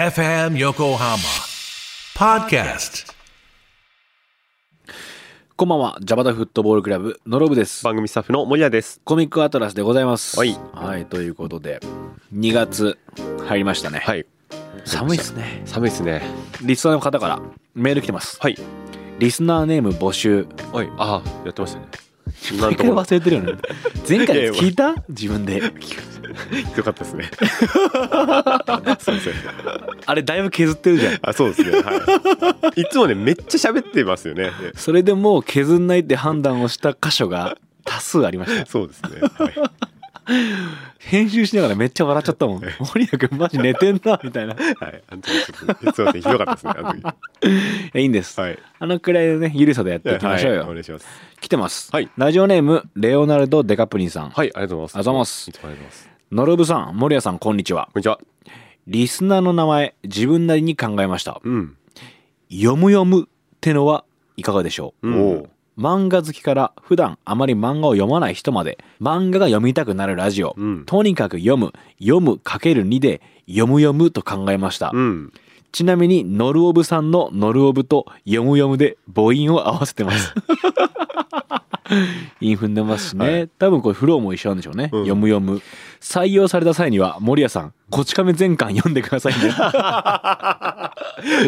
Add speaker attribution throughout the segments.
Speaker 1: FM Yokohama Podcast.
Speaker 2: こんばんは、ジャパタフットボールクラブのロブです。
Speaker 3: 番組スタッフの森谷です。
Speaker 2: コミックアトラスでございます。
Speaker 3: はい
Speaker 2: はい、ということで、2月入りましたね。
Speaker 3: はい。
Speaker 2: 寒いですね。
Speaker 3: 寒いですね。
Speaker 2: リスナーの方からメール来てます。
Speaker 3: はい。
Speaker 2: リスナーネーム募集。
Speaker 3: はい。ああ、やってましたね。な
Speaker 2: 毎
Speaker 3: ん と
Speaker 2: 回
Speaker 3: も。
Speaker 2: 忘れてるよね。前回
Speaker 3: いやいや
Speaker 2: 聞いた自分 で。
Speaker 3: よかったです ね。すいません。
Speaker 2: あれ、だいぶ削ってるじゃん。
Speaker 3: あ、そうですね。はい。いつもね、めっちゃ喋ってますよね。
Speaker 2: それでもう削んないって判断をした箇所が多数ありました。
Speaker 3: そうですね。は
Speaker 2: 編集しながらめっちゃ笑っちゃったもん。森谷君マジ寝てんな、みたいな。い
Speaker 3: い。はい。あの時ちょっとすいません。ひどかったですね。あの時。
Speaker 2: やいいんです。
Speaker 3: はい。
Speaker 2: あのくらいのね、ゆるさでやっていきましょうよ。
Speaker 3: はいお願いします。
Speaker 2: 来てます、
Speaker 3: はい
Speaker 2: ラジオネームレオナルド・デカプリンさん、
Speaker 3: はい。ありがとうございます。
Speaker 2: あざます
Speaker 3: いつもありがとうございます。
Speaker 2: ノルブさん守屋さんこんにちは
Speaker 3: こんにちは。
Speaker 2: リスナーの名前自分なりに考えました
Speaker 3: うん。
Speaker 2: 読む読むってのはいかがでしょう、
Speaker 3: うんおう
Speaker 2: 漫画好きから普段あまり漫画を読まない人まで漫画が読みたくなるラジオ、
Speaker 3: うん
Speaker 2: とにかく読む読むかける2で読む読むと考えました、
Speaker 3: うん。
Speaker 2: ちなみにノルオブさんのノルオブと読む読むで母音を合わせて ます。インフンでますしね、多分これフローも一緒なんでしょうね、
Speaker 3: ん
Speaker 2: 読む読む採用された際には森谷さん「こち亀全巻読んでくださいね」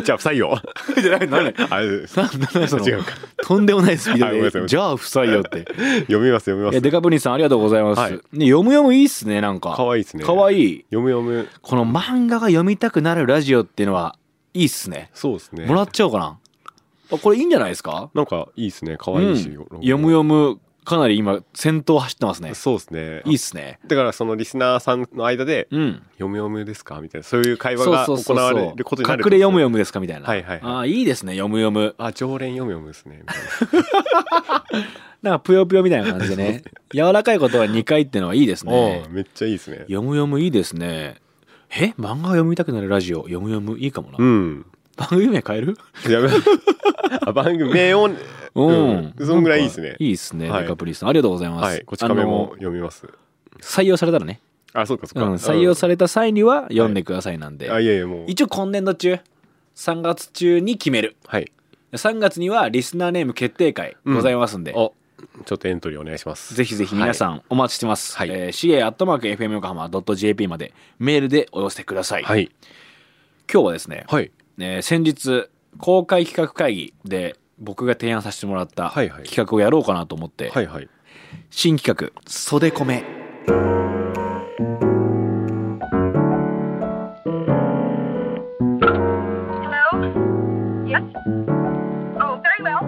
Speaker 3: じゃあ、不採用。じゃあ、何あれです
Speaker 2: なんだその
Speaker 3: 違うか
Speaker 2: とんでもないスピー
Speaker 3: あごめんな
Speaker 2: ド
Speaker 3: さいごめん
Speaker 2: で「
Speaker 3: なさ
Speaker 2: じ
Speaker 3: い
Speaker 2: ゃあ不採用」って
Speaker 3: 読みます、読みま
Speaker 2: いや
Speaker 3: す。
Speaker 2: デカプリンさんありがとうございます、
Speaker 3: はい
Speaker 2: ね、読む読むいいっすねなんか
Speaker 3: かわいいですね。
Speaker 2: かわいい
Speaker 3: 読む読む。
Speaker 2: この漫画が読みたくなるラジオっていうのはいいっすね
Speaker 3: そうですね。
Speaker 2: もらっちゃおうかなあこれいいんじゃないですか
Speaker 3: なんかいいですね。可愛いし。
Speaker 2: うん
Speaker 3: ロゴ
Speaker 2: 読む読むかなり今先頭走ってますね
Speaker 3: そうですね。
Speaker 2: いいっすね
Speaker 3: だからそのリスナーさんの間で
Speaker 2: うん
Speaker 3: 「読む読むですか?」みたいなそういう会話
Speaker 2: そう
Speaker 3: が
Speaker 2: そうそ
Speaker 3: 行
Speaker 2: う
Speaker 3: わ
Speaker 2: そう
Speaker 3: れることになる
Speaker 2: 隠れ読む
Speaker 3: よ
Speaker 2: 読むですかみたいな
Speaker 3: はいはいはい
Speaker 2: あーいいですね読む読む
Speaker 3: あ常連読む読むで すねみたいな
Speaker 2: なんかぷよぷよみたいな感じで ね柔らかいことは2回ってのはいいですね
Speaker 3: うんめっちゃいいですね
Speaker 2: 読む読むいいですねえ漫画読みたくなるラジオ読む読むいいかもな、
Speaker 3: うん
Speaker 2: 番組名変える
Speaker 3: やめあ番組名を うんそんぐらいいいです
Speaker 2: な
Speaker 3: ね
Speaker 2: んかいいですね、
Speaker 3: はい
Speaker 2: デカプリさんありがとうございます、
Speaker 3: はいこち亀も
Speaker 2: あの
Speaker 3: 読みます
Speaker 2: 採用されたらね、
Speaker 3: あそうかそう
Speaker 2: う
Speaker 3: か
Speaker 2: ん、採用さ
Speaker 3: れ
Speaker 2: れた際には読んでくださいなんで、
Speaker 3: あいやいやもう
Speaker 2: 一応今年度中3月中に決める
Speaker 3: はい
Speaker 2: 3月にはリスナーネーム決定会ございますんで、
Speaker 3: おちょっとエントリーお願いします
Speaker 2: ぜひぜひ皆さんお待ちしてます、
Speaker 3: はい
Speaker 2: えー、ca.fmyokohama.jp までメールでお寄せください、
Speaker 3: はい
Speaker 2: 今日はですね、
Speaker 3: はい
Speaker 2: えー先日公開企画会議で僕が提案させてもらった
Speaker 3: はいはい
Speaker 2: 企画をやろうかなと思って、
Speaker 3: はいはい
Speaker 2: 新企画「袖米」
Speaker 4: Hello? Yes? Oh, very well.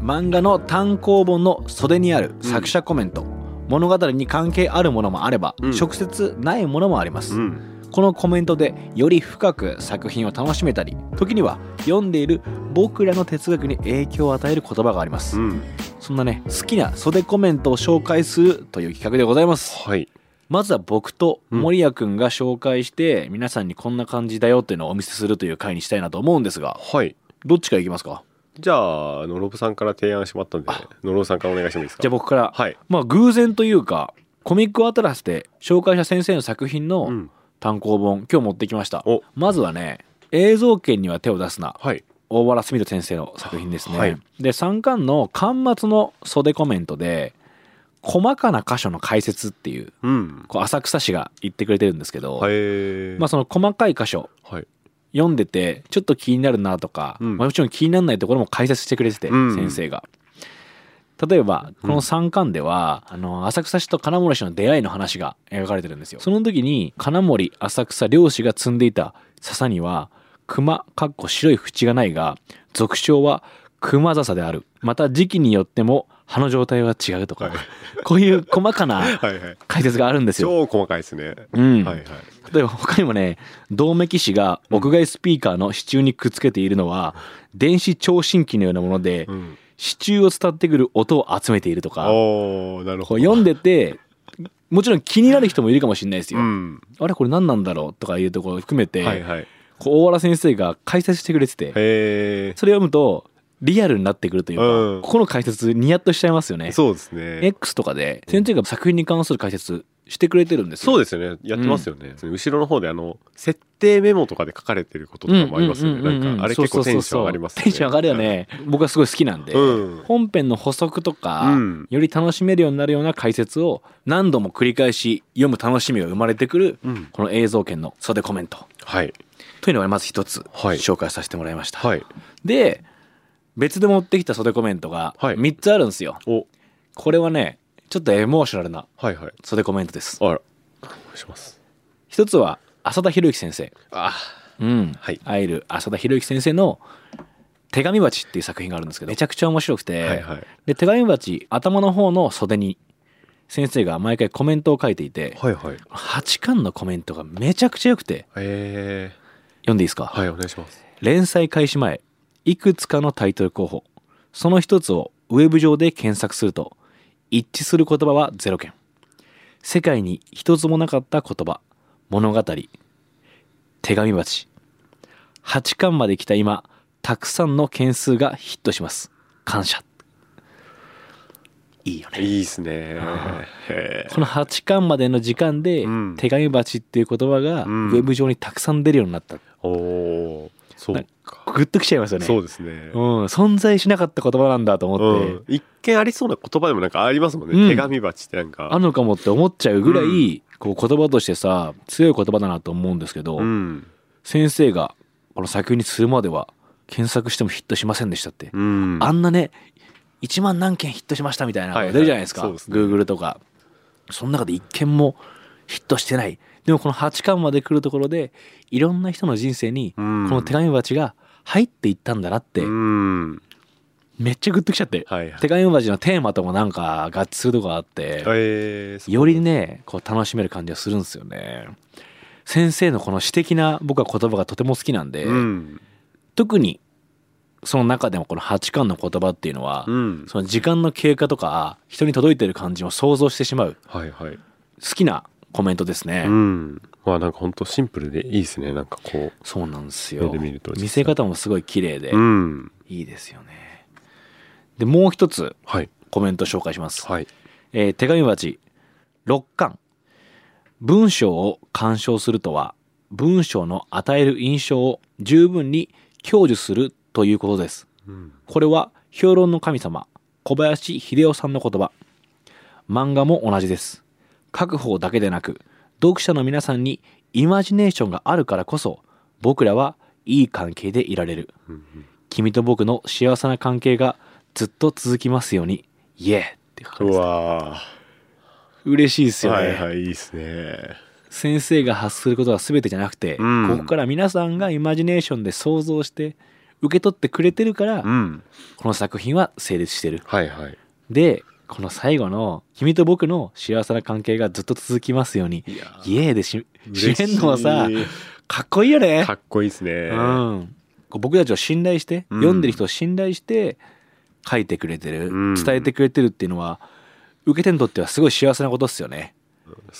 Speaker 2: 漫画の単行本の袖にある作者コメント、物語に関係あるものもあれば、
Speaker 3: うん
Speaker 2: 直接ないものもあります、
Speaker 3: うん
Speaker 2: このコメントでより深く作品を楽しめたり時には読んでいる僕らの哲学に影響を与える言葉があります、
Speaker 3: うん
Speaker 2: そんなね好きな袖コメントを紹介するという企画でございます
Speaker 3: はい
Speaker 2: まずは僕と森谷くんが紹介して、皆さんにこんな感じだよっていうのをお見せするという回にしたいなと思うんですが
Speaker 3: はい
Speaker 2: どっちからいきますか
Speaker 3: じゃあノロブさんから提案してもらったんでノロブさんからお願いしてもいいですか
Speaker 2: じゃあ僕から、
Speaker 3: はい
Speaker 2: まあ偶然というかコミックアトラスで紹介した先生の作品
Speaker 3: う
Speaker 2: の
Speaker 3: ん
Speaker 2: 単行本今日持ってきました
Speaker 3: お
Speaker 2: まずはね映像権には手を出すな
Speaker 3: はい
Speaker 2: 大原澄人先生の作品ですね、
Speaker 3: はい
Speaker 2: で3巻の巻末の袖コメントで細かな箇所の解説っていう
Speaker 3: うん
Speaker 2: こう浅草市が言ってくれてるんですけど、
Speaker 3: はい
Speaker 2: まあその細かい箇所
Speaker 3: はい
Speaker 2: 読んでてちょっと気になるなとか、
Speaker 3: うん
Speaker 2: まあもちろん気にならないところも解説してくれてて、
Speaker 3: うん
Speaker 2: 先生が。例えばこの3巻では、あの浅草市と金森氏の出会いの話が描かれてるんですよその時に金森浅草漁師が積んでいた笹には熊かっこ白い縁がないが俗称は熊笹であるまた時期によっても葉の状態は違うとか、
Speaker 3: はい
Speaker 2: こういう細かな
Speaker 3: はいはい。
Speaker 2: 解説があるんですよ。
Speaker 3: 超細かいですね。
Speaker 2: うん
Speaker 3: はいはい。
Speaker 2: 例えば他にもね銅メキシが屋外スピーカーの支柱にくっつけているのは電子聴診器のようなもので、
Speaker 3: うん。
Speaker 2: 支柱を伝ってくる音を集めているとか
Speaker 3: おおなる
Speaker 2: こ
Speaker 3: ほ
Speaker 2: う
Speaker 3: ど。
Speaker 2: 読んでてもちろん気になる人もいるかもしれないですよ、
Speaker 3: うん。
Speaker 2: あれこれ何なんだろうとかいうところを含めて、
Speaker 3: はいはい。
Speaker 2: こう大原先生が解説してくれてて
Speaker 3: へ
Speaker 2: それを読むとリアルになってくるというか、
Speaker 3: うん
Speaker 2: ここの解説ニヤッとしちゃいますよ
Speaker 3: え。
Speaker 2: ね。
Speaker 3: そうですね。
Speaker 2: X とかで先生が作品に関する解説してくれてるんですよ
Speaker 3: そうですよねやってますよね、後ろの方であの設定メモとかで書かれてることとかもありますよね、
Speaker 2: うんうんうんうん
Speaker 3: なんかあれ結構テンション上がります
Speaker 2: そうそうそうそうテンション上がるよね僕はすごい好きなんで、
Speaker 3: うん
Speaker 2: 本編の補足とか、
Speaker 3: うん
Speaker 2: より楽しめるようになるような解説を何度も繰り返し読む楽しみが生まれてくる、
Speaker 3: うん
Speaker 2: この映像圏の袖コメント
Speaker 3: はい
Speaker 2: というのがまず一つ
Speaker 3: はい
Speaker 2: 紹介させてもらいました、
Speaker 3: はい
Speaker 2: で別で持ってきた袖コメントが
Speaker 3: はい
Speaker 2: 3つあるんですよ、
Speaker 3: お
Speaker 2: これはねちょっとエモーショナルな
Speaker 3: はいはい
Speaker 2: 袖コメントです
Speaker 3: あらお願いします
Speaker 2: 一つは浅田博之先生
Speaker 3: あ
Speaker 2: うん、
Speaker 3: はい
Speaker 2: 会える浅田博之先生の「手紙鉢」っていう作品があるんですけどめちゃくちゃ面白くて、
Speaker 3: はいはい
Speaker 2: で手紙鉢頭の方の袖に先生が毎回コメントを書いていて、
Speaker 3: はいはい
Speaker 2: 8巻のコメントがめちゃくちゃ良くて
Speaker 3: え
Speaker 2: 読んでいいですか、
Speaker 3: ー、はいお願いします
Speaker 2: 連載開始前いくつかのタイトル候補その一つをウェブ上で検索すると一致する言葉は0件世界に一つもなかった言葉物語手紙鉢8巻まで来た今たくさんの件数がヒットします感謝いいよね
Speaker 3: いいですねへ
Speaker 2: この8巻までの時間で、
Speaker 3: うん
Speaker 2: 手紙鉢っていう言葉がウ
Speaker 3: うん
Speaker 2: ェブ上にたくさん出るようになった、
Speaker 3: ーおーそうか
Speaker 2: グッときちゃいますよね
Speaker 3: そうですね
Speaker 2: うん、存在しなかった言葉なんだと思って、
Speaker 3: うん、一見ありそうな言葉でもなんかありますもんね、
Speaker 2: うん
Speaker 3: 手紙鉢ってなんか
Speaker 2: あるのかもって思っちゃうぐらい、こう言葉としてさ強い言葉だなと思うんですけど、
Speaker 3: うん
Speaker 2: 先生がこの作品にするまでは検索してもヒットしませんでしたって、
Speaker 3: うん
Speaker 2: あんなね1万何件ヒットしましたみたいなのが出るじゃないですか、
Speaker 3: はいはいそうです
Speaker 2: Google とかその中で一件もヒットしてないでもこの8巻まで来るところでいろんな人の人生にこ
Speaker 3: うん
Speaker 2: の手紙鉢が入っていったんだなって、
Speaker 3: うん
Speaker 2: めっちゃグッときちゃって、
Speaker 3: はいはい
Speaker 2: 手紙鉢のテーマともなんか合致するとこがあって、
Speaker 3: えー、
Speaker 2: よりねこう楽しめる感じがするんですよね先生のこの詩的な僕は言葉がとても好きなんで、
Speaker 3: うん
Speaker 2: 特にその中でもこの八巻の言葉っていうのは、
Speaker 3: うん
Speaker 2: その時間の経過とか人に届いてる感じを想像してしまう
Speaker 3: はいはい
Speaker 2: 好きなコメントですね、
Speaker 3: うんまあなんかほんとシンプルでいいですねなんかこ
Speaker 2: そうなんですよ
Speaker 3: 目で見ると
Speaker 2: 見せ方もすごい綺麗で、
Speaker 3: ううん
Speaker 2: いいですよねでもう一つ
Speaker 3: はい
Speaker 2: コメント紹介します、
Speaker 3: はい
Speaker 2: えー手紙鉢6巻文章を鑑賞するとは文章の与える印象を十分に享受するということです
Speaker 3: うん
Speaker 2: これは評論の神様小林秀夫さんの言葉漫画も同じです書く方だけでなく読者の皆さんにイマジネーションがあるからこそ僕らはいい関係でいられる君と僕の幸せな関係がずっと続きますようにイエーって感じです
Speaker 3: うわ
Speaker 2: 嬉しいです
Speaker 3: ー
Speaker 2: よね、
Speaker 3: はいはいいいですね
Speaker 2: 先生が発することが全てじゃなくて、
Speaker 3: うん
Speaker 2: ここから皆さんがイマジネーションで想像して受け取ってくれてるから、
Speaker 3: うん
Speaker 2: この作品は成立してる
Speaker 3: はいはい
Speaker 2: でこの最後の「君と僕の幸せな関係がずっと続きますように
Speaker 3: いやー
Speaker 2: イエーイでし
Speaker 3: 嬉し
Speaker 2: 締
Speaker 3: い
Speaker 2: めんのもさかっこいいよね
Speaker 3: かっこいいですね
Speaker 2: うん、こう僕たちを信頼して、
Speaker 3: うん
Speaker 2: 読んでる人を信頼して書いてくれてる、
Speaker 3: うん
Speaker 2: 伝えてくれてるっていうのは受け手にとってはすごい幸せなことっすよね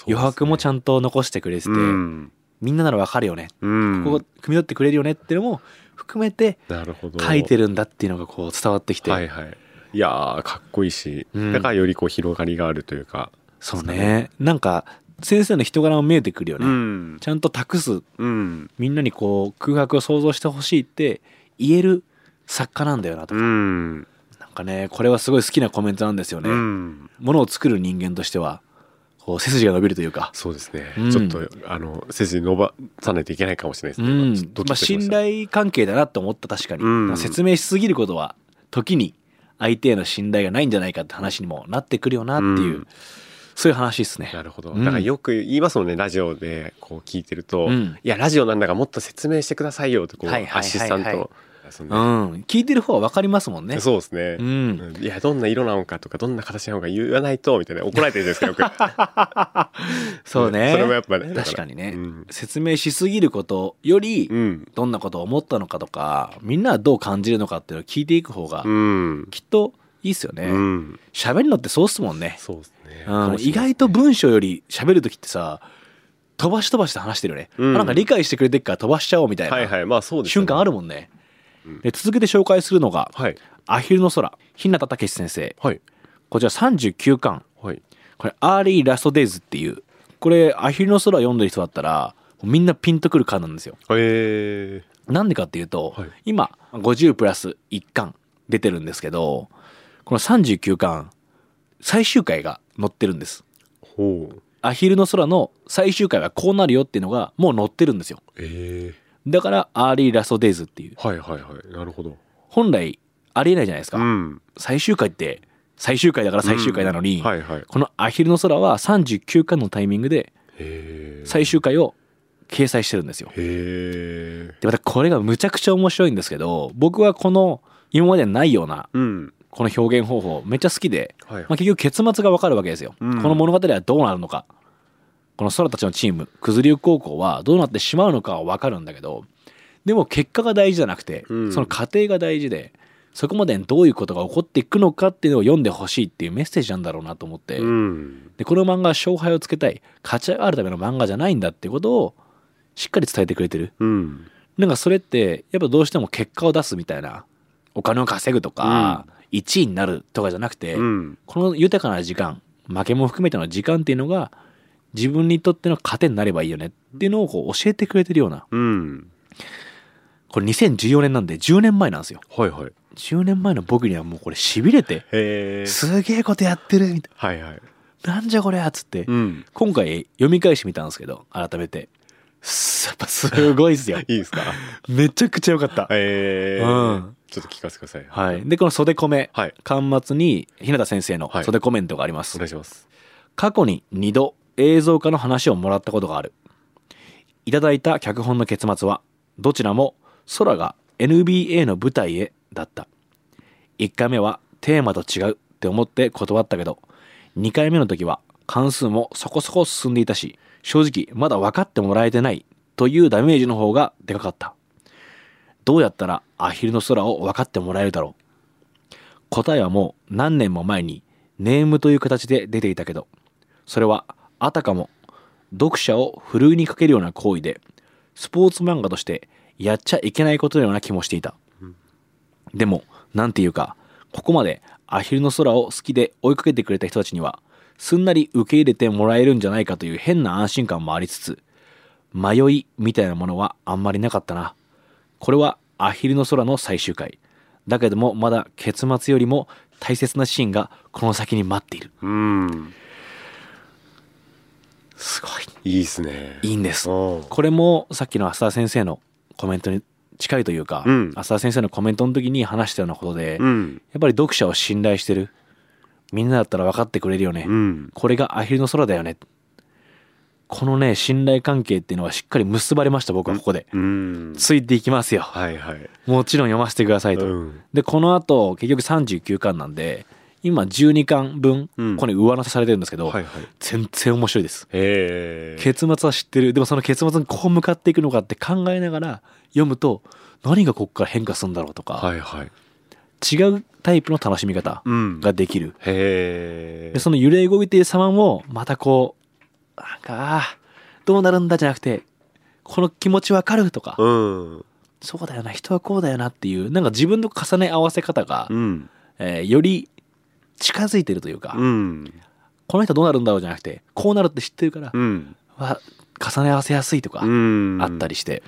Speaker 2: 余白もち
Speaker 3: ゃん
Speaker 2: ゃんと残してくれてて、
Speaker 3: うん
Speaker 2: みんなならわかるよね
Speaker 3: うん
Speaker 2: ここ汲み取ってくれるよねっていうのも含めて
Speaker 3: なるほど
Speaker 2: 書いてるんだっていうのがこう伝わってきて、
Speaker 3: はいはいいやーかっこいいし、
Speaker 2: うん
Speaker 3: だからよりこう広がりがあるというか
Speaker 2: そうねなんか先生の人柄も見えてくるよね、
Speaker 3: ん
Speaker 2: ちゃんと託す
Speaker 3: うん
Speaker 2: みんなにこう空白を想像してほしいって言える作家なんだよなと
Speaker 3: う
Speaker 2: か、
Speaker 3: ん
Speaker 2: なんかねこれはすごい好きなコメントなんですよね、
Speaker 3: うん
Speaker 2: ものを作る人間としてはこう背筋が伸びるというか、
Speaker 3: そうですね、
Speaker 2: うん
Speaker 3: ちょっとあの筋伸ばさないといけないかもしれな
Speaker 2: う
Speaker 3: い
Speaker 2: ん
Speaker 3: ですね、
Speaker 2: まあ、信頼関係だなと思った確かに、
Speaker 3: うん
Speaker 2: 説明しすぎることは時に相手への信頼がないんじゃないかって話にもなってくるよなっていう、
Speaker 3: うん
Speaker 2: そういう話ですね
Speaker 3: なるほど、
Speaker 2: うん
Speaker 3: だからよく言いますもんねラジオでこう聞いてると、
Speaker 2: うん
Speaker 3: いやラジオなんだからもっと説明してくださいよってこう、
Speaker 2: はいはいはいはい
Speaker 3: アシスタントその
Speaker 2: う
Speaker 3: ね
Speaker 2: ん聞いてる方は分かりますもんね
Speaker 3: そうですね、
Speaker 2: うん
Speaker 3: いやどんな色なのかとかどんな形なのか言わないとみたいな怒られてるんですかよく
Speaker 2: そうね
Speaker 3: それもやっぱねだら
Speaker 2: 確かにね、
Speaker 3: うん
Speaker 2: 説明しすぎることより、
Speaker 3: うん、
Speaker 2: どんなことを思ったのかとかみんなはどう感じるのかっていうのを聞いていく方が
Speaker 3: うん
Speaker 2: きっといいっすよ
Speaker 3: う
Speaker 2: ね
Speaker 3: ん、
Speaker 2: 喋、るのってそうっすもんね
Speaker 3: そうですね
Speaker 2: うん意外と文章より喋る時ってさ飛ばし飛ばして話してるよね、
Speaker 3: うん
Speaker 2: あなんか理解してくれてっから飛ばしちゃおうみたいな、
Speaker 3: はいはいまあそうですよ
Speaker 2: 瞬
Speaker 3: ね
Speaker 2: 間あるもんね、で続けて紹介するのが
Speaker 3: はい
Speaker 2: 「アヒルの空」日向武先生
Speaker 3: はい
Speaker 2: こちら39巻
Speaker 3: はい
Speaker 2: これ「アーリー・ラスト・デイズ」っていうこれ「アヒルの空」読んでる人だったらみんなピンとくる感なんですよ
Speaker 3: え
Speaker 2: なんでかっていうと、
Speaker 3: はい
Speaker 2: 今50プラス1巻出てるんですけどこの39巻最終回が載ってるんです
Speaker 3: ー、ほう
Speaker 2: アヒルの空の最終回はこうなるよっていうのがもう載ってるんですよ
Speaker 3: え
Speaker 2: だからアーリーラストデイズっていう
Speaker 3: ー、はいはいはいなるほど
Speaker 2: 本来ありえないじゃないですか、
Speaker 3: うん
Speaker 2: 最終回って最終回だから最終回なのに、
Speaker 3: はいはい
Speaker 2: この「アヒルの空」は39巻のタイミングで
Speaker 3: へえ
Speaker 2: 最終回を掲載してるんですよ。
Speaker 3: へえ
Speaker 2: でまたこれがむちゃくちゃ面白いんですけど僕はこの今までにないような
Speaker 3: うん
Speaker 2: この表現方法めっちゃ好きで、
Speaker 3: はい
Speaker 2: まあ、結局結末がわかるわけですよ。
Speaker 3: うん
Speaker 2: この物語はどうなるのかこの空たちのチーム九頭竜高校はどうなってしまうのかはわかるんだけどでも結果が大事じゃなくて、
Speaker 3: うん
Speaker 2: その過程が大事でそこまでにどういうことが起こっていくのかっていうのを読んでほしいっていうメッセージなんだろうなと思って。
Speaker 3: うん
Speaker 2: でこの漫画は勝敗をつけたい勝ち上がるための漫画じゃないんだってことをしっかり伝えてくれてる
Speaker 3: うん
Speaker 2: なんかそれってやっぱどうしても結果を出すみたいなお金を稼ぐとか、1位になるとかじゃなくて、
Speaker 3: うん
Speaker 2: この豊かな時間負けも含めての時間っていうのが自分にとっての糧になればいいよねっていうのをこう教えてくれてるような
Speaker 3: うん
Speaker 2: これ2014年なんで10年前なんですよ
Speaker 3: はいはい
Speaker 2: 10年前の僕にはもうこれしびれて
Speaker 3: へえ
Speaker 2: すげえことやってるみたい
Speaker 3: はいはい
Speaker 2: ななんじゃこりゃっつって
Speaker 3: うん
Speaker 2: 今回読み返してみたんですけど改めてすやっぱすごいっすよ
Speaker 3: いいですか
Speaker 2: めちゃくちゃ良かった
Speaker 3: ええ
Speaker 2: うん
Speaker 3: ちょっと聞かせてください
Speaker 2: はいでこの袖コメ、
Speaker 3: はい
Speaker 2: 巻末に日向先生の
Speaker 3: はい
Speaker 2: 袖コメントがありま
Speaker 3: お
Speaker 2: す、
Speaker 3: 願いします
Speaker 2: 過去に2度映像化の話をもらったことがあるいただいた脚本の結末はどちらも空が NBA の舞台へだった1回目はテーマと違うって思って断ったけど2回目の時は関数もそこそこ進んでいたし正直まだ分かってもらえてないというダメージの方がでかかったどうやったらアヒルの空を分かってもらえるだろう答えはもう何年も前にネームという形で出ていたけどそれはあたかも読者をふるいにかけるような行為でスポーツ漫画としてやっちゃいけないことのような気もしていたでもなんていうかここまでアヒルの空を好きで追いかけてくれた人たちにはすんなり受け入れてもらえるんじゃないかという変な安心感もありつつ迷いみたいなものはあんまりなかったなこれはアヒルの空の最終回だけどもまだ結末よりも大切なシーンがこの先に待っている
Speaker 3: うん
Speaker 2: すごい
Speaker 3: いいですね
Speaker 2: いいんです
Speaker 3: うん
Speaker 2: これもさっきの浅田先生のコメントに近いというか、
Speaker 3: うん
Speaker 2: 浅田先生のコメントの時に話したようなことで、
Speaker 3: う
Speaker 2: や
Speaker 3: ん
Speaker 2: っぱり読者を信頼してるみんなだったら分かってくれるよね、
Speaker 3: うん
Speaker 2: これがアヒルの空だよねこのね信頼関係っていうのはしっかり結ばれました僕はここで、
Speaker 3: うん
Speaker 2: ついていきますよ
Speaker 3: はいはい
Speaker 2: もちろん読ませてくださいと、
Speaker 3: うん
Speaker 2: でこの後結局39巻なんで今12巻分、
Speaker 3: うん
Speaker 2: ここに上乗せされてるんですけど、
Speaker 3: はいはい
Speaker 2: 全然面白いです
Speaker 3: へえ
Speaker 2: 結末は知ってるでもその結末にこう向かっていくのかって考えながら読むと何がここから変化するんだろうとか、
Speaker 3: はいはい
Speaker 2: 違うタイプの楽しみ方
Speaker 3: うん
Speaker 2: ができる、
Speaker 3: へえ
Speaker 2: でその揺れ動いている様もまたこうなんかあーどうなるんだじゃなくてこの気持ちわかるとか、
Speaker 3: うん
Speaker 2: そうだよな人はこうだよなっていうなんか自分の重ね合わせ方が、
Speaker 3: うん
Speaker 2: えーより近づいてるというか、
Speaker 3: うん
Speaker 2: この人どうなるんだろうじゃなくてこうなるって知ってるから、
Speaker 3: うん
Speaker 2: わ重ね合わせやすいとか、
Speaker 3: うん
Speaker 2: あったりして。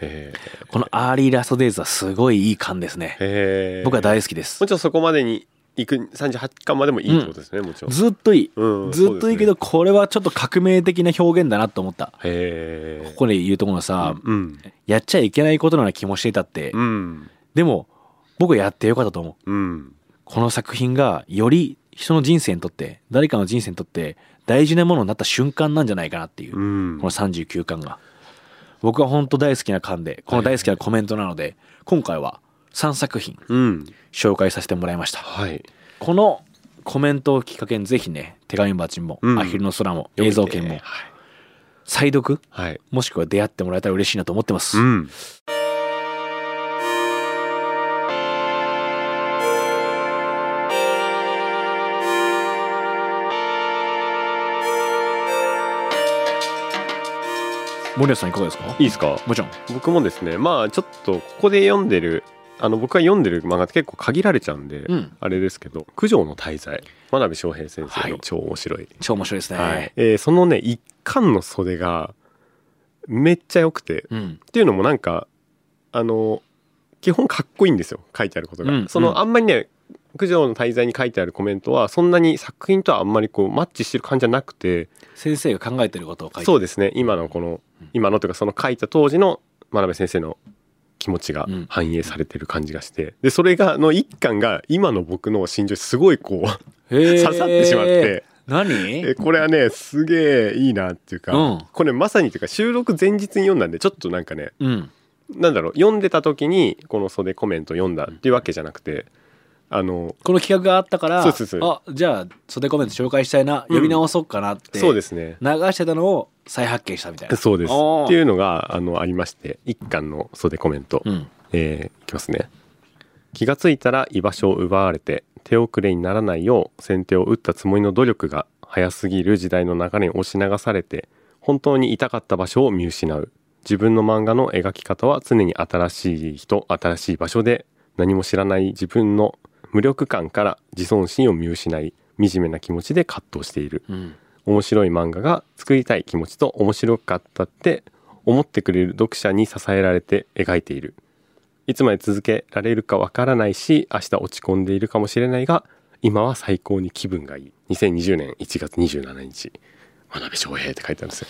Speaker 3: へ
Speaker 2: このアーリーラストデイズはすごいいい感ですね
Speaker 3: え。へえ
Speaker 2: 僕は大好きです
Speaker 3: も。ちろんそこまでに行く38巻までもいいってことですね、もちろん。
Speaker 2: ずっといい。
Speaker 3: うん
Speaker 2: ずっといいけど、これはちょっと革命的な表現だなと思った。
Speaker 3: へえ。
Speaker 2: ここで言うところのさ、
Speaker 3: うん。
Speaker 2: やっちゃいけないことのような気もしていたって
Speaker 3: う、ん。
Speaker 2: でも僕やってよかったと思う。
Speaker 3: うん。
Speaker 2: この作品がより人の人生にとって、誰かの人生にとって大事なものになった瞬間なんじゃないかなっていう、
Speaker 3: う
Speaker 2: こ
Speaker 3: ん。
Speaker 2: の39巻が。僕は本当大好きな巻で、この大好きなコメントなので、今回は3作品
Speaker 3: うん。
Speaker 2: 紹介させてもらいました。
Speaker 3: はい。
Speaker 2: このコメントをきっかけにぜひね手紙鉢も、
Speaker 3: うん
Speaker 2: アヒルの空も映像券も
Speaker 3: はい。
Speaker 2: 再読
Speaker 3: はい。
Speaker 2: もしくは出会ってもらえたら嬉しいなと思ってます、
Speaker 3: うん。
Speaker 2: 森保さんいかがですか
Speaker 3: いいですか
Speaker 2: もちろん
Speaker 3: 僕もですね、まあちょっとここで読んでる、あの僕が読んでる漫画って結構限られちゃうんで、
Speaker 2: うん
Speaker 3: あれですけど、九条の滞在、真鍋翔平先生
Speaker 2: は
Speaker 3: の
Speaker 2: い
Speaker 3: 超面白い。
Speaker 2: 超面白いですね、
Speaker 3: えーそのね、1缶の袖がめっちゃ良くて、
Speaker 2: うん
Speaker 3: っていうのもなんかあの基本かっこいいんですよ書いてあることが、
Speaker 2: うん
Speaker 3: そうの
Speaker 2: ん
Speaker 3: あんまりね九条の滞在に書いてあるコメントはそんなに作品とはあんまりこうマッチしてる感じじゃなくて
Speaker 2: 先生が考えてることを書いて
Speaker 3: そう
Speaker 2: う
Speaker 3: ですね今のこの今のというかその書いた当時の真鍋先生の気持ちが
Speaker 2: うん
Speaker 3: 反映されてる感じがしてでそれがあの一巻が今の僕の心情にすごいこう
Speaker 2: 刺
Speaker 3: 刺さってしまって
Speaker 2: 何
Speaker 3: えこれはねすげえいいなっていうか、
Speaker 2: うん
Speaker 3: これまさにというか収録前日に読んだんでちょっとなんかね
Speaker 2: うん
Speaker 3: なんだろう読んでた時にこの袖コメント読んだっていうわけじゃなくてあの
Speaker 2: この企画があったから
Speaker 3: そうそうそう
Speaker 2: あじゃあ袖コメント紹介したいな呼び直そうかなって、
Speaker 3: そうですね
Speaker 2: 流してたのを再発見したみたいな
Speaker 3: そうです
Speaker 2: おー
Speaker 3: っていうのがあのありまして一巻の袖コメント、
Speaker 2: うん
Speaker 3: えーいきますね気がついたら居場所を奪われて手遅れにならないよう先手を打ったつもりの努力が早すぎる時代の流れに押し流されて本当に痛かった場所を見失う自分の漫画の描き方は常に新しい人新しい場所で何も知らない自分の無力感から自尊心を見失い惨めな気持ちで葛藤している
Speaker 2: うん
Speaker 3: 面白い漫画が作りたい気持ちと面白かったって思ってくれる読者に支えられて描いているいつまで続けられるかわからないし明日落ち込んでいるかもしれないが今は最高に気分がいい2020年1月27日真鍋翔平って書いてあるんですよ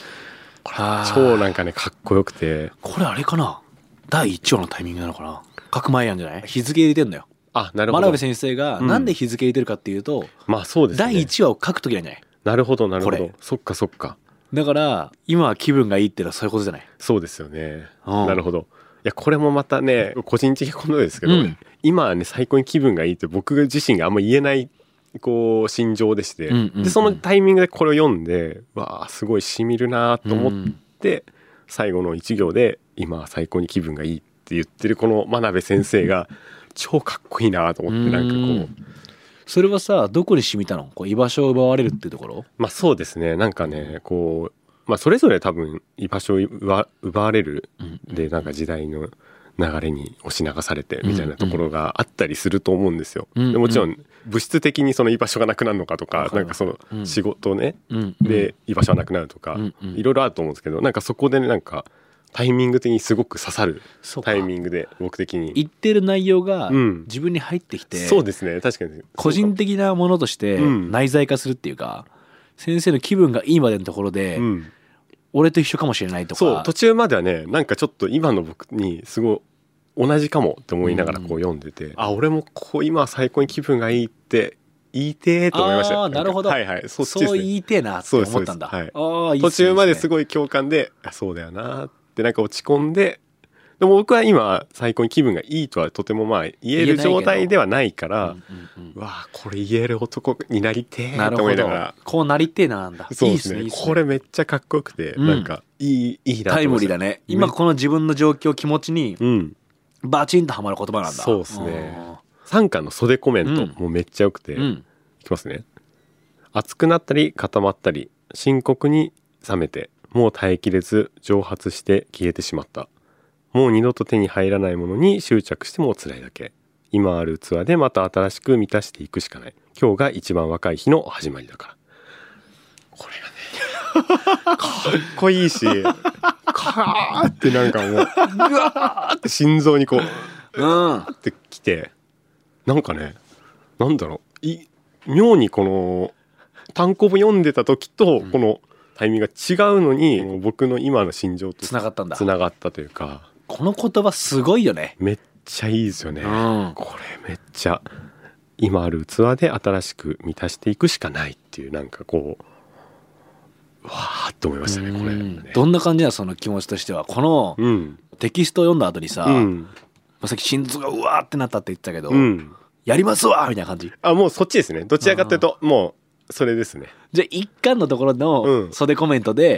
Speaker 2: あー
Speaker 3: 超なんかねかっこよくて
Speaker 2: これあれかな第1話のタイミングなのかな書く前やんじゃない日付入れてんだよ
Speaker 3: あなる
Speaker 2: 真
Speaker 3: ほど
Speaker 2: 鍋先生が
Speaker 3: うん
Speaker 2: なんで日付入れてるかっていうと、
Speaker 3: まあそうですね
Speaker 2: 第1話を書く時なんじゃない
Speaker 3: なるほどなるほ
Speaker 2: こ
Speaker 3: ど
Speaker 2: れ
Speaker 3: そっかそっか
Speaker 2: だから今は気分がいいってのはそういうことじゃない
Speaker 3: そうですよね。
Speaker 2: うん
Speaker 3: なるほど。いやこれもまたね個人的なことですけど、
Speaker 2: うん
Speaker 3: 今はね最高に気分がいいって僕自身があんま言えないこう心情でして、
Speaker 2: うんうんうん
Speaker 3: でそのタイミングでこれを読んでわあすごいしみるなと思って、最後の一行で「今は最高に気分がいい」って言ってるこの真鍋先生が超かっこいいなと思ってなんかこう、
Speaker 2: うんそれはさどこに染みたのこう居場所を奪われるっていうところ
Speaker 3: まあそうですねなんかねこう、まあ、それぞれ多分居場所を奪奪われるでなんか時代の流れに押し流されてみたいなところがあったりすると思うんですよ。
Speaker 2: うんうん
Speaker 3: でもちろん物質的にその居場所がなくなるのかと
Speaker 2: わ
Speaker 3: か
Speaker 2: かる
Speaker 3: なんかその
Speaker 2: うん
Speaker 3: 仕事ね、
Speaker 2: うん
Speaker 3: で居場所がなくなるとか、
Speaker 2: うんうん
Speaker 3: いろいろあると思うんですけどなんかそこでねなんかタイミング的にすごく刺さる
Speaker 2: そうか
Speaker 3: タイミングで僕的に。
Speaker 2: 言ってる内容が
Speaker 3: うん
Speaker 2: 自分に入ってきて、
Speaker 3: そうですね確かに
Speaker 2: 個人的なものとして
Speaker 3: うん
Speaker 2: 内在化するっていうか、先生の気分がいいまでのところで、
Speaker 3: うん
Speaker 2: 俺と一緒かもしれないとか
Speaker 3: そう途中まではねなんかちょっと今の僕にすごい同じかもって思いながらこう読んでて、あ俺もこう今は最高に気分がいいって言いてえと思いました
Speaker 2: あーなるほど
Speaker 3: はいはいそっちです、
Speaker 2: そう
Speaker 3: ね、
Speaker 2: 言いてえなって思ったんだ、
Speaker 3: そうです
Speaker 2: ああいいっ
Speaker 3: 途中まです
Speaker 2: い
Speaker 3: ごい共感であそうだよなってなんか落ち込んででも僕は今最高に気分がいいとはとてもまあ言え
Speaker 2: 言えない
Speaker 3: る
Speaker 2: けど
Speaker 3: 状態ではないから
Speaker 2: いっすねうんうんうん
Speaker 3: うわあこれ言える男になりてえ
Speaker 2: なる
Speaker 3: と思
Speaker 2: ほ
Speaker 3: いな
Speaker 2: ど
Speaker 3: がら
Speaker 2: こうなりてえななんだ
Speaker 3: そうですね
Speaker 2: いいっすねいいっすね
Speaker 3: これめっちゃかっこよくて、
Speaker 2: うん
Speaker 3: なんかいいいいなと
Speaker 2: タイ
Speaker 3: 思いま
Speaker 2: ム
Speaker 3: した
Speaker 2: リーだね今この自分の状況気持ちに
Speaker 3: うん
Speaker 2: バチンとはまる言葉なんだ
Speaker 3: そうっすね3巻の袖コメント、
Speaker 2: うん
Speaker 3: もうめっちゃ良くて、
Speaker 2: うんうん
Speaker 3: いきますね熱くなったり固まったり深刻に冷めてもう耐えきれず蒸発して消えてしまったもう二度と手に入らないものに執着しても辛いだけ今ある器でまた新しく満たしていくしかない今日が一番若い日の始まりだからこれ がねかっこいいしカーってなんかもううわーって心臓にこう
Speaker 2: うん
Speaker 3: ってきてなんかねなんだろうい妙にこの単行本読んでた時とこのタイミングが違うのに、僕の今の心情と
Speaker 2: つながったんだ
Speaker 3: つながったというか
Speaker 2: この言葉すごいよね
Speaker 3: めっちゃいいですよね、
Speaker 2: うん
Speaker 3: これめっちゃ今ある器で新しく満たしていくしかないっていうなんかこうわーっと思いましたねこれ
Speaker 2: うんどんな感じなのその気持ちとしてはこの
Speaker 3: うん
Speaker 2: テキストを読んだ後にさ、
Speaker 3: うん
Speaker 2: まあさっき心臓がうわーってなったって言ってたけど、
Speaker 3: うん
Speaker 2: やりますわーみたいな感じ
Speaker 3: あもうそっちですねどちらかというともうそれですね
Speaker 2: じゃあ一巻のところ
Speaker 3: う
Speaker 2: の
Speaker 3: ん
Speaker 2: 袖コメントで「いや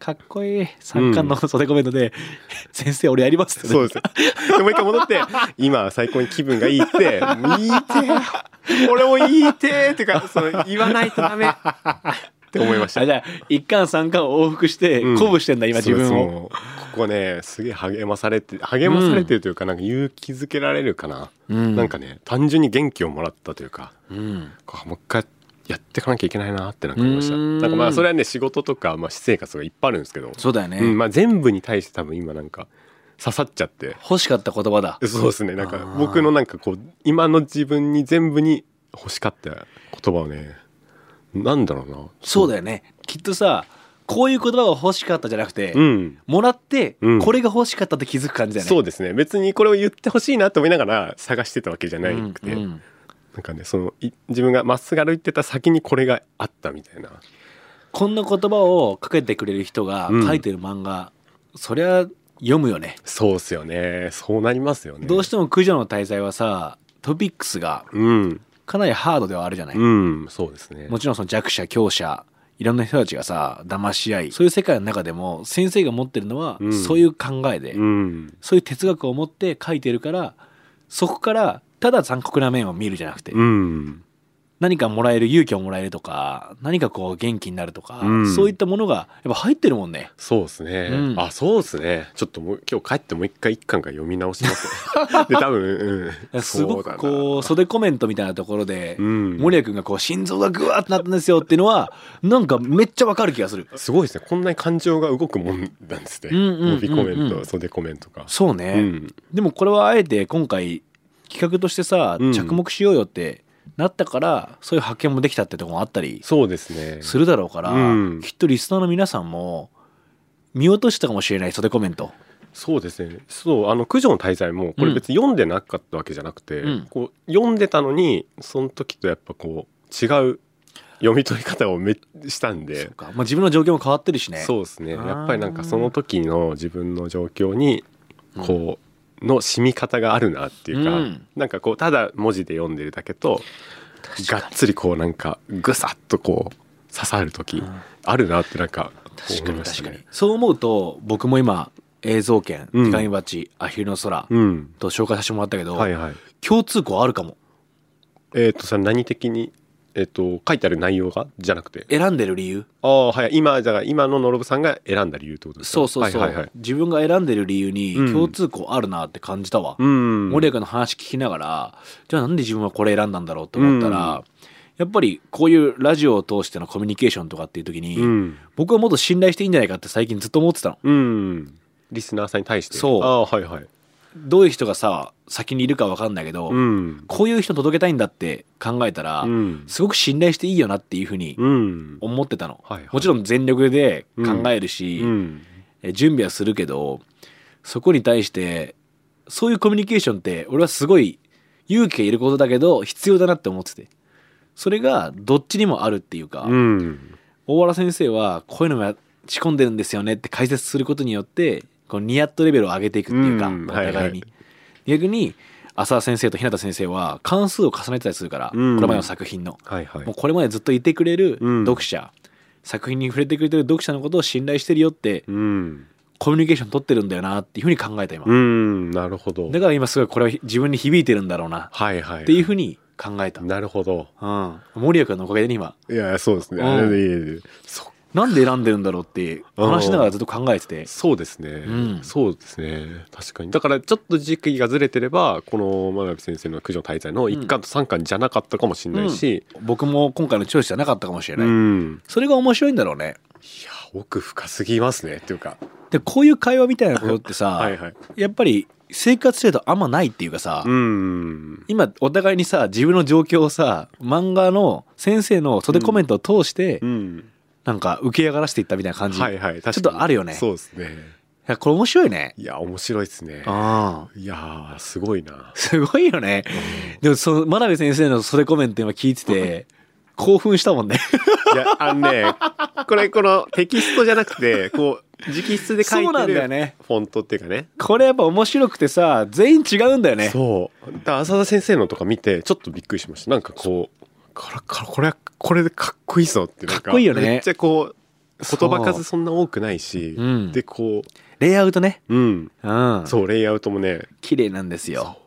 Speaker 2: ーかっこいい」三巻の袖コメントで 「先生俺やります」ってね
Speaker 3: そうです。でもう一回 戻って、今は最高に気分がいいって、言いてえ俺も言いてえっていうか、その言わないとダメって思いました。
Speaker 2: あじゃあ一巻三巻を往復して
Speaker 3: うん
Speaker 2: 鼓舞してんだ今自分
Speaker 3: そう
Speaker 2: を
Speaker 3: そうここね、すげえ励まされて、励まされてるというか、なんか勇気づけられるかな。
Speaker 2: うん
Speaker 3: なんかね、単純に元気をもらったというか、
Speaker 2: うん
Speaker 3: あもう一回やってかなきゃいけないなってなんか思いました
Speaker 2: うーん
Speaker 3: なんかまあそれはね仕事とか、まあ、私生活がいっぱいあるんですけど
Speaker 2: そうだよね、
Speaker 3: うんまあ、全部に対して多分今なんか刺さっちゃって
Speaker 2: 欲しかった言葉だ
Speaker 3: そうですねなん
Speaker 2: あ
Speaker 3: か
Speaker 2: ー
Speaker 3: 僕のなんかこう今の自分に全部に欲しかった言葉をねなんだろうな
Speaker 2: そうだよねきっとさこういう言葉が欲しかったじゃなくて、
Speaker 3: うん
Speaker 2: もらって、
Speaker 3: うん
Speaker 2: これが欲しかったって気づく感じだよね
Speaker 3: そうですね別にこれを言ってほしいなと思いながら探してたわけじゃなくて、
Speaker 2: うんうん
Speaker 3: なんかねそのい自分がまっすぐ歩いてた先にこれがあったみたいな
Speaker 2: こんな言葉をかけてくれる人が
Speaker 3: うん
Speaker 2: 書いてる漫画、そりゃ読むよね
Speaker 3: そうっすよねそうなりますよね
Speaker 2: どうしても「駆除の大罪」はさトピックスが
Speaker 3: うん
Speaker 2: かなりハードではあるじゃない、
Speaker 3: うんそうですね
Speaker 2: もちろんその弱者強者いろんな人たちがさ騙し合いそういう世界の中でも先生が持ってるのは、
Speaker 3: うん
Speaker 2: そういう考えで、
Speaker 3: うん
Speaker 2: そういう哲学を持って書いてるからそこからただ残酷な面を見るじゃなくて、
Speaker 3: うん
Speaker 2: 何かもらえる勇気をもらえるとか何かこう元気になるとか、
Speaker 3: うん
Speaker 2: そういったものがやっぱ入ってるもんね
Speaker 3: そうですね、
Speaker 2: うん
Speaker 3: あそうですねちょっともう今日帰ってもう一回一巻から読み直します で多分、うん、
Speaker 2: すごくこう
Speaker 3: そ
Speaker 2: 袖コメントみたいなところで、
Speaker 3: うん
Speaker 2: 森谷君がこう心臓がグワーってなったんですよっていうのはなんかめっちゃわかる気がする
Speaker 3: うだなすごいですねこんなに感情が動くもんなんですね
Speaker 2: うんうんうんうん
Speaker 3: 伸びコメント袖コメントが
Speaker 2: そう
Speaker 3: う
Speaker 2: ね、
Speaker 3: ん
Speaker 2: でもこれはあえて今回企画としてさ、
Speaker 3: うん
Speaker 2: 着目しようよってなったからそういう発見もできたってとこもあったり
Speaker 3: そうですね
Speaker 2: するだろうから、
Speaker 3: うん
Speaker 2: きっとリスナーの皆さんも見落としたかもしれない袖コメント
Speaker 3: そうですねそうあの「九条の滞在」もこれ別に読んでなかったわけじゃなくて、
Speaker 2: うん
Speaker 3: こう読んでたのにその時とやっぱこう違う読み取り方をめしたんで
Speaker 2: とか、まあ、自分の状況も変わってるしね
Speaker 3: そうですね
Speaker 2: あー
Speaker 3: やっぱりなんかその時の自分の状況にこう、の染み方があるなっていうか、
Speaker 2: うん
Speaker 3: なんかこうただ文字で読んでるだけとがっつりこうなんかぐさっとこう刺さる時あるなってなんかこう
Speaker 2: 確か
Speaker 3: 思い
Speaker 2: に
Speaker 3: まし
Speaker 2: 確
Speaker 3: た
Speaker 2: か
Speaker 3: ね
Speaker 2: に。そう思うと僕も今映像券「
Speaker 3: うん
Speaker 2: 手紙鉢」「アヒルの空」
Speaker 3: うん
Speaker 2: と紹介させてもらったけど、
Speaker 3: はいはい。
Speaker 2: 共通項あるかも
Speaker 3: えっ、とさ何的にえっ、と書いてある内容がじゃなくて
Speaker 2: 選んでる理由
Speaker 3: ああはい今だから今ののろぶさんが選んだ理由ってことですか
Speaker 2: そうそうそう、
Speaker 3: はいはいはい、
Speaker 2: 自分が選んでる理由に
Speaker 3: うん
Speaker 2: 共通項あるなって感じたわ、
Speaker 3: うん
Speaker 2: 森谷君の話聞きながらじゃあなんで自分はこれ選んだんだろうと思ったら、やっぱりこういうラジオを通してのコミュニケーションとかっていう時に、
Speaker 3: うん
Speaker 2: 僕はもっと信頼していいんじゃないかって最近ずっと思ってたの
Speaker 3: うんリスナーさんに対して
Speaker 2: そう
Speaker 3: ああーはいはい
Speaker 2: どういう人がさ先にいるか分かんないけど、
Speaker 3: うん
Speaker 2: こういう人届けたいんだって考えたら、
Speaker 3: うん
Speaker 2: すごく信頼していいよなっていうふうに
Speaker 3: うん
Speaker 2: 思ってたの、
Speaker 3: はいはい
Speaker 2: もちろん全力で考えるし、
Speaker 3: うん
Speaker 2: え準備はするけどそこに対してそういうコミュニケーションって俺はすごい勇気がいることだけど必要だなって思っててそれがどっちにもあるっていうか、
Speaker 3: うん
Speaker 2: 大原先生はこういうのもや仕込んでるんですよねって解説することによってこうニヤッとレベルを上げていくっていうか、
Speaker 3: うん
Speaker 2: お互いに、
Speaker 3: はいはい
Speaker 2: 逆に浅田先生と日向先生は関数を重ねてたりするから、
Speaker 3: うん
Speaker 2: これまでの作品の、
Speaker 3: はいはい
Speaker 2: もうこれまでずっといてくれる
Speaker 3: うん
Speaker 2: 読者、作品に触れてくれてる読者のことを信頼してるよって
Speaker 3: うん
Speaker 2: コミュニケーション取ってるんだよなっていうふうに考えた今、
Speaker 3: うんなるほど
Speaker 2: だから今すごいこれは自分に響いてるんだろうな
Speaker 3: はいはい
Speaker 2: っていうふうに考えた、
Speaker 3: なるほど
Speaker 2: うん、森谷君のおかげで今
Speaker 3: いやそうですね
Speaker 2: うん
Speaker 3: あれでいえいえそ
Speaker 2: なんで選んでるんだろうって話しながらずっと考えてて
Speaker 3: そうですね、
Speaker 2: うん
Speaker 3: そうですね確かにだからちょっと時期がずれてればこの真鍋先生の「九条大罪」の1巻と3巻じゃなかったかもしれないし、
Speaker 2: 僕も今回のチョイスじゃなかったかもしれ
Speaker 3: う
Speaker 2: ない、
Speaker 3: ん
Speaker 2: それが面白いんだろうね
Speaker 3: いや奥深すぎますねっていうか
Speaker 2: でこういう会話みたいなことってさ
Speaker 3: はいはい
Speaker 2: やっぱり生活してるとあんまないっていうかさ、
Speaker 3: うん
Speaker 2: 今お互いにさ自分の状況をさ漫画の先生の袖コメントを通して、
Speaker 3: うん
Speaker 2: なんか受け上がらせていったみたいな感じ、
Speaker 3: はいはい確かに
Speaker 2: ちょっとあるよね
Speaker 3: そうですね
Speaker 2: いやこれ面白いね
Speaker 3: いや面白いですね
Speaker 2: ああ
Speaker 3: いやーすごいな
Speaker 2: すごいよね。でも、その、真鍋先生のそれコメント今聞いてて、興奮したもんね。
Speaker 3: いや、あのね、 これ、このテキストじゃなくて、こう、直筆で書
Speaker 2: そう
Speaker 3: い
Speaker 2: なん
Speaker 3: て
Speaker 2: だよ
Speaker 3: る
Speaker 2: ね
Speaker 3: フォントっていうかね。
Speaker 2: これやっぱ面白くてさ、全員違うんだよね。
Speaker 3: そう。だから浅田先生のとか見て、ちょっとびっくりしました。なんかこう、これ、これこれ、これでかっこいいぞってなん
Speaker 2: かっこいいよね
Speaker 3: めっちゃこう、
Speaker 2: そう
Speaker 3: 言葉数そんな多くないし、
Speaker 2: うん
Speaker 3: で、こ
Speaker 2: レイアウトね。
Speaker 3: う、うん。
Speaker 2: うん。
Speaker 3: そう、レイアウトもね、
Speaker 2: 綺麗なんですよ。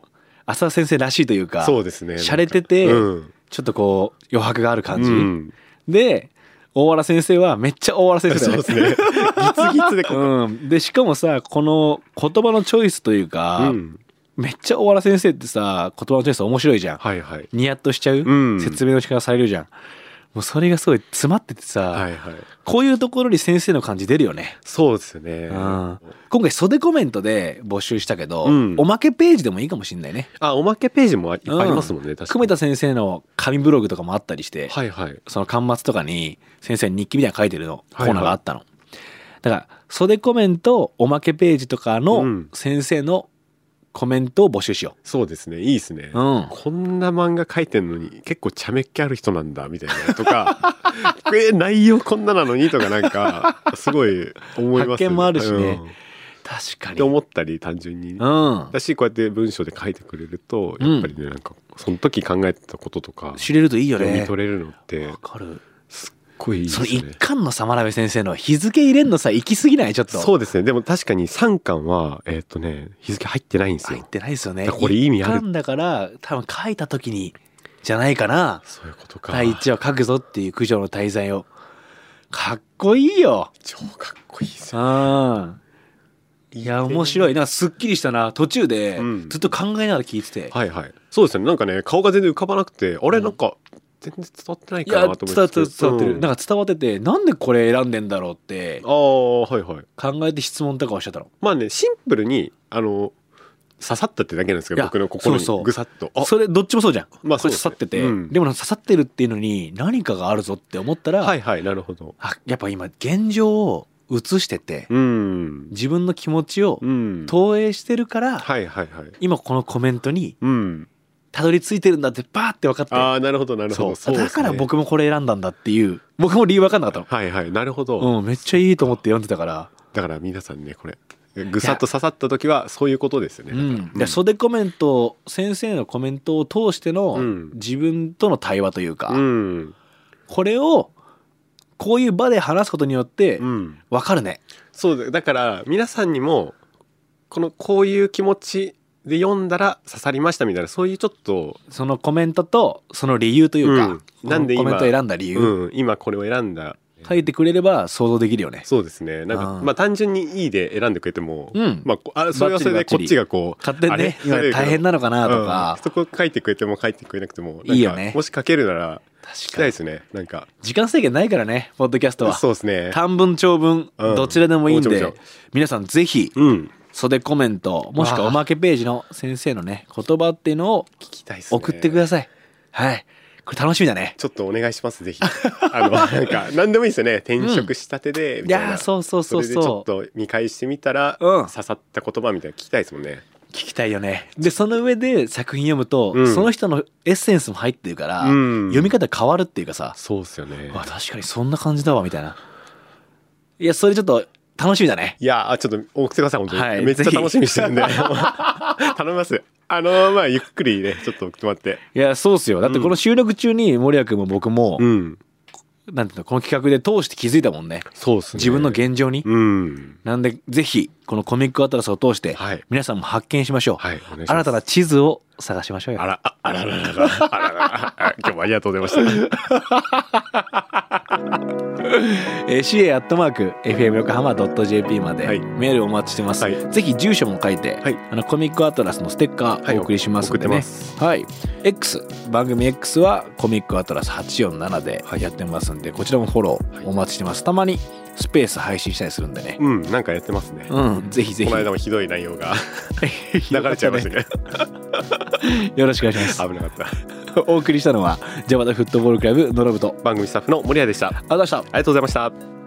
Speaker 2: 浅田先生らしいというか、
Speaker 3: そうですね。
Speaker 2: 洒落てて
Speaker 3: うん。
Speaker 2: ちょっとこう、余白がある感じ。
Speaker 3: うん
Speaker 2: で、大原先生はめっちゃ大原先生
Speaker 3: そう
Speaker 2: だ
Speaker 3: で
Speaker 2: ね。
Speaker 3: すね。ギツギツでこ う、
Speaker 2: うん。で、しかもさ、この言葉のチョイスというか、
Speaker 3: うん。
Speaker 2: めっちゃ大原先生ってさ、言葉のチョイス面白いじゃん。
Speaker 3: はいはい。
Speaker 2: ニヤッとしちゃう、
Speaker 3: うん
Speaker 2: 説明の仕方されるじゃんもうそれがすごい詰まっててさ、
Speaker 3: はいはい。
Speaker 2: こういうところに先生の感じ出るよね。
Speaker 3: そうですよね。
Speaker 2: うん今回袖コメントで募集したけど、
Speaker 3: うん
Speaker 2: おまけページでもいいかもしんないね。
Speaker 3: あ、おまけページもいっぱいありますもんね、確か
Speaker 2: 久米
Speaker 3: に。
Speaker 2: 田先生の紙ブログとかもあったりして、
Speaker 3: はいはい。
Speaker 2: その端末とかに先生に日記みたいなの書いてるのコーナーがあったの。だから袖コメントおまけページとか
Speaker 3: う
Speaker 2: の
Speaker 3: ん
Speaker 2: 先生のコメントを募集しよ
Speaker 3: そうですね、いいですね。
Speaker 2: う。うん。
Speaker 3: こんな漫画書いてんのに結構ちゃめっ気ある人なんだみたいな とかえ内容こんななのにとかなんかすごい思います
Speaker 2: 発見もあるしね
Speaker 3: うん
Speaker 2: 確か
Speaker 3: って
Speaker 2: に。
Speaker 3: 思ったり単純に、
Speaker 2: うん。
Speaker 3: だしこうやって文章で書いてくれると
Speaker 2: うん
Speaker 3: やっぱりね、なんかその時考えてたこととか
Speaker 2: 知れるといいよ
Speaker 3: 読
Speaker 2: ね
Speaker 3: み。取れるのって
Speaker 2: わかる。
Speaker 3: すっごいいいで
Speaker 2: そ
Speaker 3: す
Speaker 2: の
Speaker 3: ね
Speaker 2: 一巻のさまなべ先生の日付入れんのさ行き過ぎないちょっと。
Speaker 3: そうですねでも確かに3巻はえーっ、とね日付入ってないんです
Speaker 2: 入っ
Speaker 3: よ
Speaker 2: てないですよね。
Speaker 3: だからこれ意味ある
Speaker 2: 一巻だから多分書いた時にじゃないかな。
Speaker 3: そういうことか
Speaker 2: 第一話書くぞっていう九条の滞在を。かっこいいよ。
Speaker 3: 超かっこいいですよ
Speaker 2: うん。いや面白いなんかすっきりしたな途中で
Speaker 3: うん
Speaker 2: ずっと考えながら聞いてて、い、
Speaker 3: はいはいそうですねなんかね顔が全然浮かばなくてあれなんか全然伝わってないか
Speaker 2: や
Speaker 3: な
Speaker 2: 伝わ
Speaker 3: と
Speaker 2: ってる
Speaker 3: 思って
Speaker 2: 伝わってる、
Speaker 3: うん
Speaker 2: なんか伝わっててなんでこれ選んでんだろうって
Speaker 3: ああはいはい
Speaker 2: 考えて質問とかをしちゃったの
Speaker 3: まあねシンプルにあの刺さったってだけなんですけ
Speaker 2: い
Speaker 3: ど
Speaker 2: や
Speaker 3: 僕の心
Speaker 2: そうそ
Speaker 3: に
Speaker 2: う
Speaker 3: ぐさっとあ
Speaker 2: それどっちもそうじゃん、
Speaker 3: まあ
Speaker 2: これ
Speaker 3: そう
Speaker 2: 刺
Speaker 3: です
Speaker 2: さ
Speaker 3: ね
Speaker 2: ってて、
Speaker 3: うん
Speaker 2: でもなんか刺さってるっていうのに何かがあるぞって思ったら、
Speaker 3: はいはいなるほど
Speaker 2: あやっぱ今現状を映してて
Speaker 3: うん
Speaker 2: 自分の気持ちを
Speaker 3: うん
Speaker 2: 投影してるから、
Speaker 3: はいはいはい
Speaker 2: 今このコメントに
Speaker 3: うん
Speaker 2: たどり着いてるんだってバーって分かって
Speaker 3: ああなるほどなるほ
Speaker 2: そう
Speaker 3: どそうですね
Speaker 2: だから僕もこれ選んだんだっていう僕も理由分かんなかったの
Speaker 3: はいはいなるほど
Speaker 2: うん、めっちゃいいと思って読んでたから。
Speaker 3: だから皆さんねこれぐさっと刺さった時はそういうことですよね
Speaker 2: う
Speaker 3: だから
Speaker 2: ん、で袖コメント先生のコメントを通しての
Speaker 3: うん
Speaker 2: 自分との対話というか、
Speaker 3: うん
Speaker 2: これをこういう場で話すことによって
Speaker 3: うん
Speaker 2: 分かるね、
Speaker 3: そうだだから皆さんにもこのこういう気持ちで読んだら刺さりましたみたいなそういうちょっと、
Speaker 2: そのコメントとその理由というか、
Speaker 3: うん
Speaker 2: この
Speaker 3: なんで今
Speaker 2: コメントを選んだ理由、
Speaker 3: うん、今これを選んだ
Speaker 2: 書いてくれれば想像できるよね
Speaker 3: そうですねなんか
Speaker 2: あー
Speaker 3: まあ単純にいいで選んでくれても、
Speaker 2: うん
Speaker 3: まあこあそれはそれ
Speaker 2: バッ
Speaker 3: で
Speaker 2: チリ
Speaker 3: こっちがこう
Speaker 2: 勝手に
Speaker 3: あれ
Speaker 2: ね今大変なのかなとか
Speaker 3: うん、そこ書いてくれても書いてくれなくてもなんか
Speaker 2: いいよね
Speaker 3: もし書けるなら聞き
Speaker 2: 確
Speaker 3: たい
Speaker 2: か
Speaker 3: で
Speaker 2: に
Speaker 3: すねなんか
Speaker 2: 時間制限ないからねポッドキャストは
Speaker 3: そうですね
Speaker 2: 短文長文、
Speaker 3: うん
Speaker 2: どちらでもいいん
Speaker 3: もち
Speaker 2: で
Speaker 3: ろんもちろ
Speaker 2: 皆さんぜひ
Speaker 3: うん
Speaker 2: 袖コメントもしくはおまけページの先生のね言葉っていうのを
Speaker 3: 聞きたいですね
Speaker 2: 送ってください、はいこれ楽しみだね
Speaker 3: ちょっとお願いしますぜひあのなんか何でもいいですよね転職したてでみたいな、
Speaker 2: いやーそうそうそうそう
Speaker 3: れでちょっと見返してみたら、
Speaker 2: うん
Speaker 3: 刺さった言葉みたいなの聞きたいですもんね
Speaker 2: 聞きたいよねでその上で作品読むと、
Speaker 3: うん
Speaker 2: その人のエッセンスも入ってるから、
Speaker 3: うん
Speaker 2: 読み方変わるっていうかさ、
Speaker 3: そうっすよね
Speaker 2: あ確かにそんな感じだわみたいないやそれちょっと楽しみだね
Speaker 3: いやーちょっと送ってください本当に、
Speaker 2: はい
Speaker 3: めっちゃ
Speaker 2: ぜひ
Speaker 3: 楽しみにしてるんで 頼みますあのーまあゆっくりねちょっと送ってもらって
Speaker 2: いやそうっすよだってこの収録中に森谷君も僕も、
Speaker 3: うん
Speaker 2: なんていうのこの企画で通して気づいたもんね
Speaker 3: そうっすね
Speaker 2: 自分の現状に、
Speaker 3: うん
Speaker 2: なんでぜひこのコミックアトラスを通して、
Speaker 3: はい
Speaker 2: 皆さんも発見しましょう、
Speaker 3: はいお願いします
Speaker 2: 新たな地図を探しましょうよ
Speaker 3: あらああららららあらららあ今日もありがとうございました
Speaker 2: えー CA アットマーク FM 横浜 .jp まで、
Speaker 3: はい
Speaker 2: メールお待ちしてます、
Speaker 3: はい
Speaker 2: ぜひ住所も書いて、
Speaker 3: はい
Speaker 2: あのコミックアトラスのステッカ
Speaker 3: は
Speaker 2: ー
Speaker 3: い
Speaker 2: お送りしますんで
Speaker 3: 送ってま
Speaker 2: ね
Speaker 3: す
Speaker 2: はい、X 番組 X はコミックアトラス847でやってますんで、こちらもフォローお待ちしてますたまにスペース配信したりするんでね
Speaker 3: うんなんかやってますね、
Speaker 2: うんぜひぜひ
Speaker 3: この間もひどい内容が流れちゃいました ね
Speaker 2: よろしくお願いし
Speaker 3: 危
Speaker 2: ま
Speaker 3: なかった
Speaker 2: すお送りしたのはジャパタフットボールクラブのロブと
Speaker 3: 番組スタッフの森谷でしたあり
Speaker 2: ありがとうございました
Speaker 3: がとうございました